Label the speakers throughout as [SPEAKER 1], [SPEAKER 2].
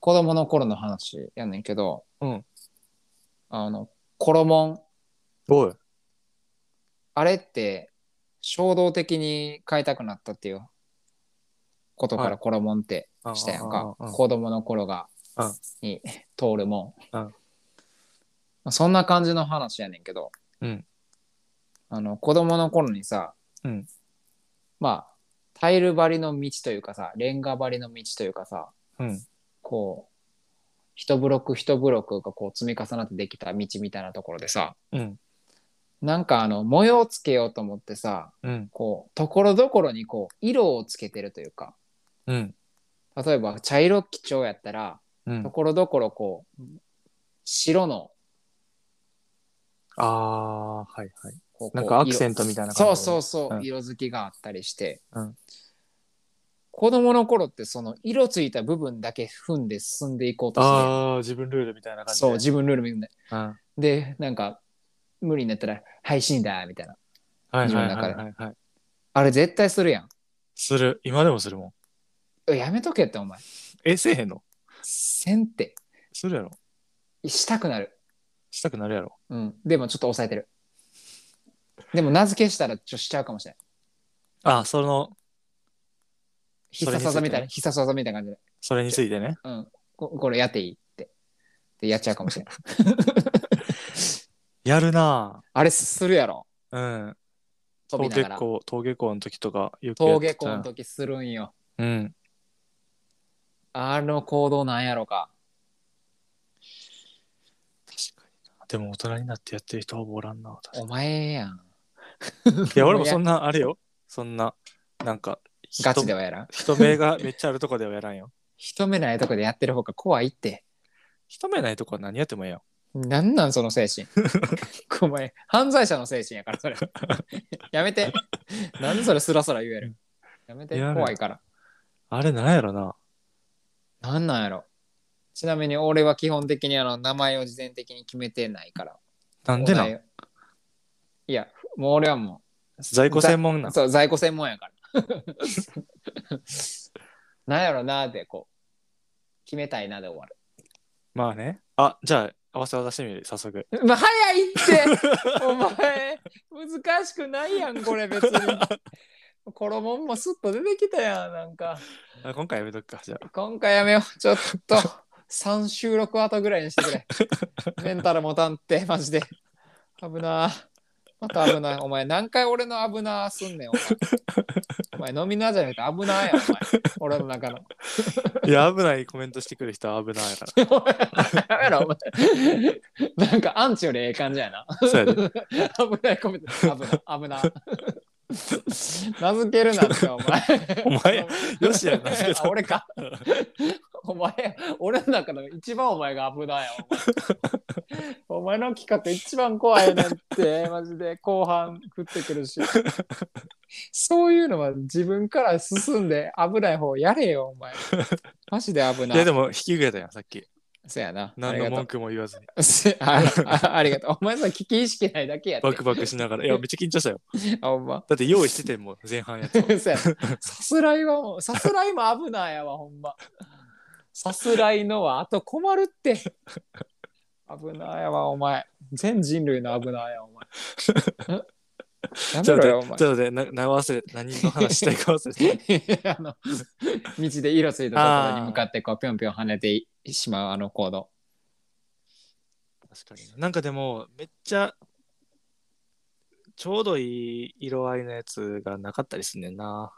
[SPEAKER 1] 子供の頃の話やねんけど、
[SPEAKER 2] うん
[SPEAKER 1] あの、コロモン、
[SPEAKER 2] おい。
[SPEAKER 1] あれって衝動的に買いたくなったっていうことか
[SPEAKER 2] は
[SPEAKER 1] ら
[SPEAKER 2] い
[SPEAKER 1] コロモンってしたやんか、
[SPEAKER 2] うんうんうん
[SPEAKER 1] 子供の頃が、
[SPEAKER 2] うん
[SPEAKER 1] に通るもん、
[SPEAKER 2] うん
[SPEAKER 1] まあそんな感じの話やねんけど、
[SPEAKER 2] うん
[SPEAKER 1] あの子供の頃にさ、
[SPEAKER 2] うん
[SPEAKER 1] まあタイル張りの道というかさレンガ張りの道というかさ
[SPEAKER 2] うん。
[SPEAKER 1] こう一ブロック一ブロックがこう積み重なってできた道みたいなところでさ
[SPEAKER 2] うん。
[SPEAKER 1] なんかあの模様をつけようと思ってさ、
[SPEAKER 2] うん。
[SPEAKER 1] こう、ところどころにこう、色をつけてるというか、
[SPEAKER 2] うん。
[SPEAKER 1] 例えば茶色基調やったら、
[SPEAKER 2] うん
[SPEAKER 1] と。ころどころこう、白の、
[SPEAKER 2] ああ、はいはい。
[SPEAKER 1] こう
[SPEAKER 2] なんかアクセ
[SPEAKER 1] ン
[SPEAKER 2] ントみたいな
[SPEAKER 1] そ
[SPEAKER 2] 感
[SPEAKER 1] う
[SPEAKER 2] じ。
[SPEAKER 1] そう
[SPEAKER 2] そ
[SPEAKER 1] そう、
[SPEAKER 2] うん
[SPEAKER 1] 色づきがあったりして、
[SPEAKER 2] うん
[SPEAKER 1] 子供の頃ってその色ついた部分だけ踏んで進んでいこうとするやん
[SPEAKER 2] ああ、自分ルールみたいな感じで。
[SPEAKER 1] そう、自分ルールみたいな。
[SPEAKER 2] うん。は
[SPEAKER 1] で、なんか、無理になったら、はい、死んだ、みたいな。
[SPEAKER 2] いはい
[SPEAKER 1] 自分の
[SPEAKER 2] は
[SPEAKER 1] 中
[SPEAKER 2] い
[SPEAKER 1] で
[SPEAKER 2] はいはい。
[SPEAKER 1] あれ絶対するやん
[SPEAKER 2] する。今でもするもん。。
[SPEAKER 1] やめとけって、お前。
[SPEAKER 2] え、せえへんの
[SPEAKER 1] せんって。
[SPEAKER 2] するやろ。
[SPEAKER 1] したくなる。
[SPEAKER 2] したくなるやろ。
[SPEAKER 1] うん、でもちょっと抑えてる。でも名付けしたらちょっとしちゃうかもしれない。
[SPEAKER 2] あ、その、
[SPEAKER 1] 必殺技みたいな、必殺技みたいな感じで。
[SPEAKER 2] それについてね。
[SPEAKER 1] うん。ここれやっていいって。で、やっちゃうかもしれない。
[SPEAKER 2] やるな
[SPEAKER 1] あれするやろ。
[SPEAKER 2] ぁうん。
[SPEAKER 1] 飛び
[SPEAKER 2] 登
[SPEAKER 1] なが
[SPEAKER 2] 下
[SPEAKER 1] ら。
[SPEAKER 2] 校、登下校の時とか、よくやっ
[SPEAKER 1] 登下
[SPEAKER 2] てた
[SPEAKER 1] 校の時するんよ。
[SPEAKER 2] うん。
[SPEAKER 1] あの行動なんやろか。
[SPEAKER 2] 確かになでも大人になってやってる人はおらんな。確かに
[SPEAKER 1] お前やん。
[SPEAKER 2] いや、俺もそん
[SPEAKER 1] な。
[SPEAKER 2] な、あれよ。そんな、なんか、人
[SPEAKER 1] ガチではやらん。
[SPEAKER 2] 人目がめっちゃあるとこではやらんよ。
[SPEAKER 1] 人目ないとこでやってる方が怖いって。
[SPEAKER 2] 人目ないとこは何やってもええよ。
[SPEAKER 1] なんなんその精神。お前、犯罪者の精神やから、それ。 やめて。なんでそれスラスラ言える。やめて、
[SPEAKER 2] やる
[SPEAKER 1] 怖いから。
[SPEAKER 2] あれなんやろな。
[SPEAKER 1] なんなんやろ。ちなみに俺は基本的にあの名前を事前的に決めてないから。
[SPEAKER 2] なんでな
[SPEAKER 1] お題をいや、もう俺はもう。
[SPEAKER 2] 在庫専門
[SPEAKER 1] 門
[SPEAKER 2] なん。
[SPEAKER 1] そう、在庫専門やから。 なんやろなーってこう、決めたいなで終わ
[SPEAKER 2] まあね。あ、じゃあ、合わせ技してみる、早速。
[SPEAKER 1] る。まあ、早いってお前、難しくないやん、これ別に。衣もすっと出てきたやん、なんか。
[SPEAKER 2] あ今回やめとくか、じゃあ。
[SPEAKER 1] 今回やめよう。ちょっと、3収録後ぐらいにしてくれ。メンタル持たんって、マジで。危なー。また危ない。お前、何回俺の危なーすんねん、お前。お前、飲みなじゃなくて危なーやん、お前。俺の中の。
[SPEAKER 2] いや、危ないコメントしてくる人は危ないか
[SPEAKER 1] やめろ、お前。なんか、アンチよりええ感じやな。
[SPEAKER 2] ら。 そうやで。
[SPEAKER 1] 危ない、ごめん。危ない、危ない。名付けるなんて、お前。
[SPEAKER 2] お前、よし やな。
[SPEAKER 1] あ俺か。お前、俺の中の一番お前が危ないよ。お前お前の企画一番怖いねんって、マジで後半降ってくるし。そういうのは自分から進んで危ない方やれよ、お前。マジで危ない
[SPEAKER 2] い。や、でも、引き受けたやん、さっき。
[SPEAKER 1] そやな。あ
[SPEAKER 2] 何
[SPEAKER 1] りが
[SPEAKER 2] の
[SPEAKER 1] と
[SPEAKER 2] 文
[SPEAKER 1] う。
[SPEAKER 2] 句も言わずに。
[SPEAKER 1] せああありがとう。お前さ、危機意識ないだけやって
[SPEAKER 2] バクバクしながら。いや、めっちゃ緊張したよ。
[SPEAKER 1] あ、ほんま。
[SPEAKER 2] だって、用意しててんもん、前半やって。
[SPEAKER 1] そやなさすらいはもう、さすらいも危ないやわ、ほんま。さすらいのは、あと困るって。危ないやわ、お前。全人類の危ないや、お 前。や
[SPEAKER 2] ちょ
[SPEAKER 1] め
[SPEAKER 2] っと
[SPEAKER 1] ろよ、お
[SPEAKER 2] 待って、ちょっと待って、なな忘れ、何の話したいか忘れ て。
[SPEAKER 1] 前。 あの道で色ついたところに向かってこうぴょんぴょん跳ねてしまうあの行動。
[SPEAKER 2] 確かにななんかでもめっちゃちょうどいい色合いのやつがなかったりすんねんな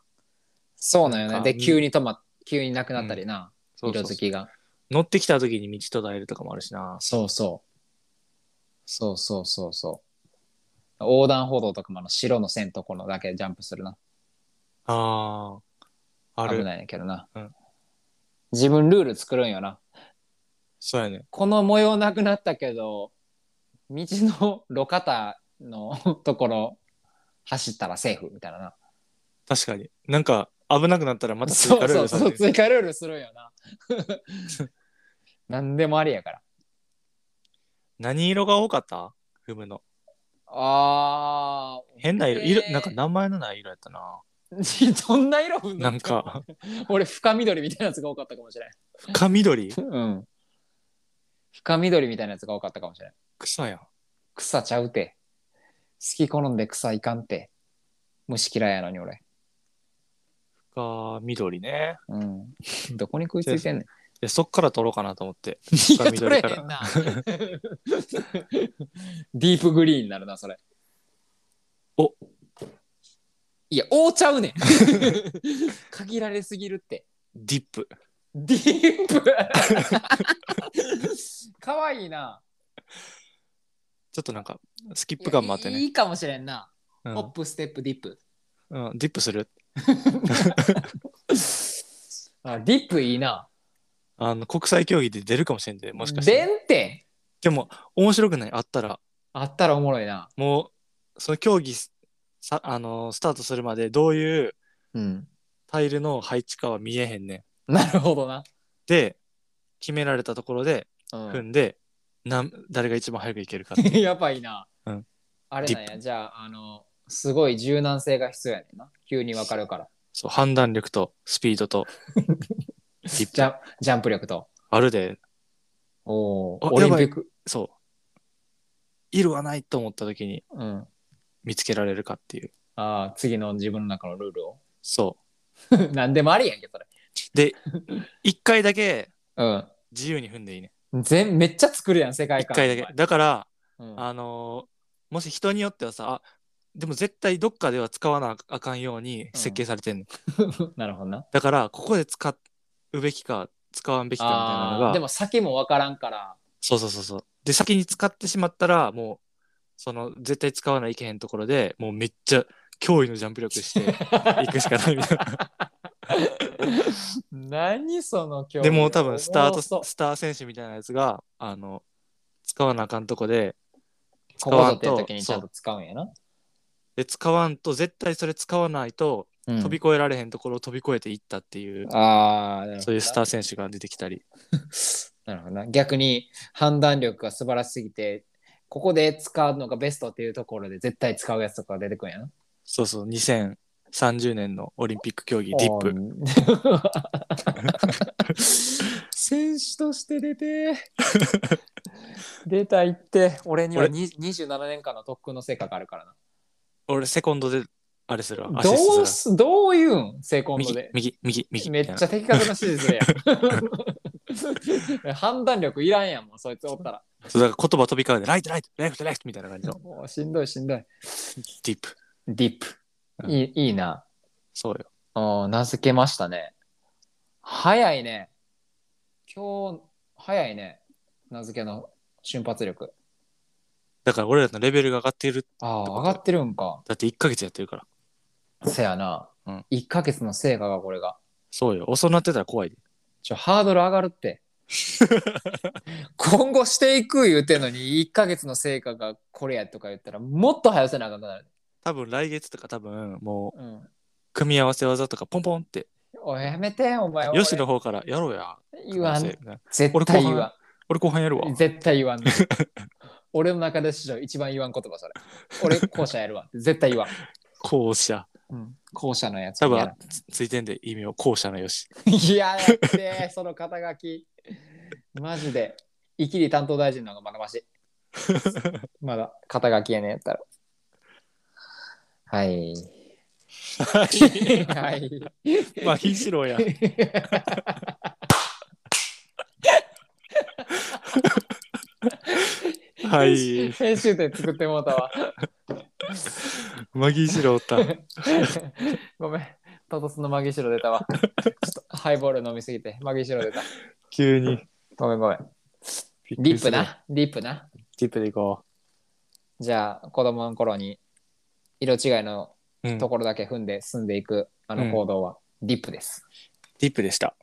[SPEAKER 1] そうなんよ
[SPEAKER 2] なん
[SPEAKER 1] ね。で、
[SPEAKER 2] か
[SPEAKER 1] 急に止まっ、急になくなったりな、
[SPEAKER 2] そうそう
[SPEAKER 1] 色づきが。
[SPEAKER 2] 乗ってきた時に道途絶えるとかもあるしな
[SPEAKER 1] そうそう。そうそうそうそう。横断歩道とかもあの白の線とこのだけジャンプするな。
[SPEAKER 2] あーあ
[SPEAKER 1] 危
[SPEAKER 2] る
[SPEAKER 1] ないんやけどな。
[SPEAKER 2] うん
[SPEAKER 1] 自分ルール作るんよな。
[SPEAKER 2] そうやね
[SPEAKER 1] この模様なくなったけど、道の路肩のところ走ったらセーフみたいなな。
[SPEAKER 2] 確かになんか危なくなったらまた
[SPEAKER 1] そう
[SPEAKER 2] ルー
[SPEAKER 1] そ
[SPEAKER 2] ル
[SPEAKER 1] う
[SPEAKER 2] さ
[SPEAKER 1] そ
[SPEAKER 2] れ
[SPEAKER 1] う、
[SPEAKER 2] てる
[SPEAKER 1] 追加ルールするんよな。何でもありやから。
[SPEAKER 2] 何色が多かった踏むの
[SPEAKER 1] あー。
[SPEAKER 2] 変な色、色
[SPEAKER 1] えー
[SPEAKER 2] なんか名前のない色やったな。
[SPEAKER 1] どんな色踏んだ
[SPEAKER 2] なん。 か、
[SPEAKER 1] 俺、深緑みたいなやつが多かったかもしれない。
[SPEAKER 2] 深緑
[SPEAKER 1] うん。深緑みたいなやつが多かったかもしれない。
[SPEAKER 2] 草やん。
[SPEAKER 1] 草ちゃうて。好き好んで草いかんて。虫嫌いやのに俺。
[SPEAKER 2] 深緑ね。
[SPEAKER 1] うん。どこに食いついてんねん。
[SPEAKER 2] で、そっから取ろうかなと思って。
[SPEAKER 1] いや
[SPEAKER 2] 深
[SPEAKER 1] 取れ
[SPEAKER 2] 緑
[SPEAKER 1] へ
[SPEAKER 2] か
[SPEAKER 1] ん
[SPEAKER 2] ら。
[SPEAKER 1] な。 ディープグリーンになるな、それ。
[SPEAKER 2] お
[SPEAKER 1] いや、おうちゃうねん。 限られすぎるって。
[SPEAKER 2] ディップ。
[SPEAKER 1] ディー プかわいいな。
[SPEAKER 2] ちょっとなんか、スキップ感もあって
[SPEAKER 1] いやい
[SPEAKER 2] ね。
[SPEAKER 1] いかもしれんな。
[SPEAKER 2] うん
[SPEAKER 1] ホップ、ステップ、ディップ。
[SPEAKER 2] うん、ディップする
[SPEAKER 1] あディップいいな。
[SPEAKER 2] あの、国際競技で出るかもしれんで、もしかして。
[SPEAKER 1] でんって
[SPEAKER 2] でも、面白くないあったら、
[SPEAKER 1] あったらおもろいな。
[SPEAKER 2] もう、その競技す、さあの、スタートするまで、どういう
[SPEAKER 1] うん。
[SPEAKER 2] タイルの配置かは見えへんねん。
[SPEAKER 1] なるほどな。
[SPEAKER 2] で、決められたところで、
[SPEAKER 1] うん
[SPEAKER 2] 組んで、なん誰が一番早くいけ るかって。
[SPEAKER 1] やばいな。
[SPEAKER 2] うん
[SPEAKER 1] あれなんや、じゃあ、あの、すごい柔軟性が必要やねんな。急にわかるから。
[SPEAKER 2] そう、判断力と、スピードと、
[SPEAKER 1] ジャンジャンプ力と。
[SPEAKER 2] あるで、
[SPEAKER 1] おー
[SPEAKER 2] あ
[SPEAKER 1] オリンピック。
[SPEAKER 2] そう。色はないと思った時に
[SPEAKER 1] うん。
[SPEAKER 2] 見つけられるかっていう。
[SPEAKER 1] あー次の自分の中のルールを。
[SPEAKER 2] そ
[SPEAKER 1] 何でもありやんけ、それ。
[SPEAKER 2] う。一回だけ
[SPEAKER 1] う
[SPEAKER 2] 自由に踏んでいいね。
[SPEAKER 1] ん。全めっちゃ作るやん、世界
[SPEAKER 2] 一
[SPEAKER 1] 観。
[SPEAKER 2] 回だけ。だから、
[SPEAKER 1] お前。うん
[SPEAKER 2] あのーもし人によってはさ、あでも絶対どっかでは使わなあかんように設計されてんの。
[SPEAKER 1] なるほどな。
[SPEAKER 2] だから、ここで使うべきか、使わんべきかみたいなの
[SPEAKER 1] あー
[SPEAKER 2] が、
[SPEAKER 1] でも先もわからんから。
[SPEAKER 2] そうそうそうそう。で、先に使ってしまったら、もう、その、絶対使わないけへんところでもうめっちゃ驚異のジャンプ力していくしかないみた いな。
[SPEAKER 1] 何その競技
[SPEAKER 2] でもう多分、スター
[SPEAKER 1] おもろそう
[SPEAKER 2] ト、スター選手みたいなやつが、あの、使わなあかんとこで、
[SPEAKER 1] こ
[SPEAKER 2] 使
[SPEAKER 1] こ
[SPEAKER 2] わ
[SPEAKER 1] ぞ
[SPEAKER 2] ん
[SPEAKER 1] っていう
[SPEAKER 2] と
[SPEAKER 1] 時、にちゃんと使うんやな。
[SPEAKER 2] で、使わんと、絶対それ使わないと、飛び越えられへんところを飛び越えていったっていう、
[SPEAKER 1] ああ、なるほどな
[SPEAKER 2] そういうスター選手が出てきたり。
[SPEAKER 1] なるほどな。逆に判断力が素晴らしすぎて、ここで使うのがベストっていうところで絶対使うやつとか出てくるんやな。
[SPEAKER 2] そうそう、2030年のオリンピック競技、ディップ。
[SPEAKER 1] プ。選手として出て、出たいって、俺には
[SPEAKER 2] 俺
[SPEAKER 1] に27年間の特訓の成果があるからな。
[SPEAKER 2] 俺、セコンドで、あれするわ。アシス
[SPEAKER 1] ど
[SPEAKER 2] ト
[SPEAKER 1] う
[SPEAKER 2] す
[SPEAKER 1] す、どういうん、成
[SPEAKER 2] るわ
[SPEAKER 1] 功度
[SPEAKER 2] 右
[SPEAKER 1] で、。
[SPEAKER 2] 右、右、右。
[SPEAKER 1] めっちゃ的確な指示する やん。判断力いらんやん、もうそいつおったら。
[SPEAKER 2] そうだから言葉飛び交うで、ライト、ライト、レフト、レフトみたいな 感じの、
[SPEAKER 1] もうしんどいしんどい。
[SPEAKER 2] ディップ。
[SPEAKER 1] ディップ。いいいいな。
[SPEAKER 2] そうよ。
[SPEAKER 1] あー名付けましたね。早いね。今日、早いね。名付けの瞬発力。
[SPEAKER 2] だから俺らのレベルが上がっている。
[SPEAKER 1] ああ、上がってるんか。
[SPEAKER 2] だって1ヶ月やってるから。
[SPEAKER 1] せやな。
[SPEAKER 2] うん
[SPEAKER 1] 1ヶ月の成果がこれが。
[SPEAKER 2] そうよ。遅なってたら怖いで。
[SPEAKER 1] ちょ、ハードル上がる って。今後していく言うてんのに、1ヶ月の成果がこれやとか言ったら、もっと早せなあかんくなる。
[SPEAKER 2] 多分来月とか多分もう
[SPEAKER 1] うん。
[SPEAKER 2] 組み合わせ技とかポンポンって、
[SPEAKER 1] おいやめて、お前。
[SPEAKER 2] よしの方からやろうや。
[SPEAKER 1] 俺言わん。
[SPEAKER 2] 組み合わせ
[SPEAKER 1] 絶対言
[SPEAKER 2] 俺
[SPEAKER 1] わん
[SPEAKER 2] 後半。俺後半やるわ。
[SPEAKER 1] 絶対言わん、ね。俺の中で史上一番言わん言葉それ。俺後者やるわ。絶対言わん。
[SPEAKER 2] 後者。
[SPEAKER 1] うん、後者のやつ。
[SPEAKER 2] 多分つついてんで意味を後者のよし。
[SPEAKER 1] いやだって、 その肩書き。マジで。イキリ担当大臣の方がまだま し。まだ肩書きやねんやったら。はい。 はい。
[SPEAKER 2] まあ、ひしろや。 はい。
[SPEAKER 1] 編集点作ってもうたわ。
[SPEAKER 2] マギシロおった。
[SPEAKER 1] ごめん。トトスのマギシロ出たわ。ちょっとハイボール飲みすぎて、マギシロ出た。
[SPEAKER 2] 急 に。
[SPEAKER 1] ごめんごめん。
[SPEAKER 2] びっく
[SPEAKER 1] リ
[SPEAKER 2] り
[SPEAKER 1] ッ
[SPEAKER 2] す
[SPEAKER 1] プ
[SPEAKER 2] る。
[SPEAKER 1] な。リップな。
[SPEAKER 2] リップでいこ
[SPEAKER 1] じゃあ、子供の頃に色違いの
[SPEAKER 2] う。うん。
[SPEAKER 1] ところだけ踏んで進んでいくあの行動は、リップです。
[SPEAKER 2] リップでした。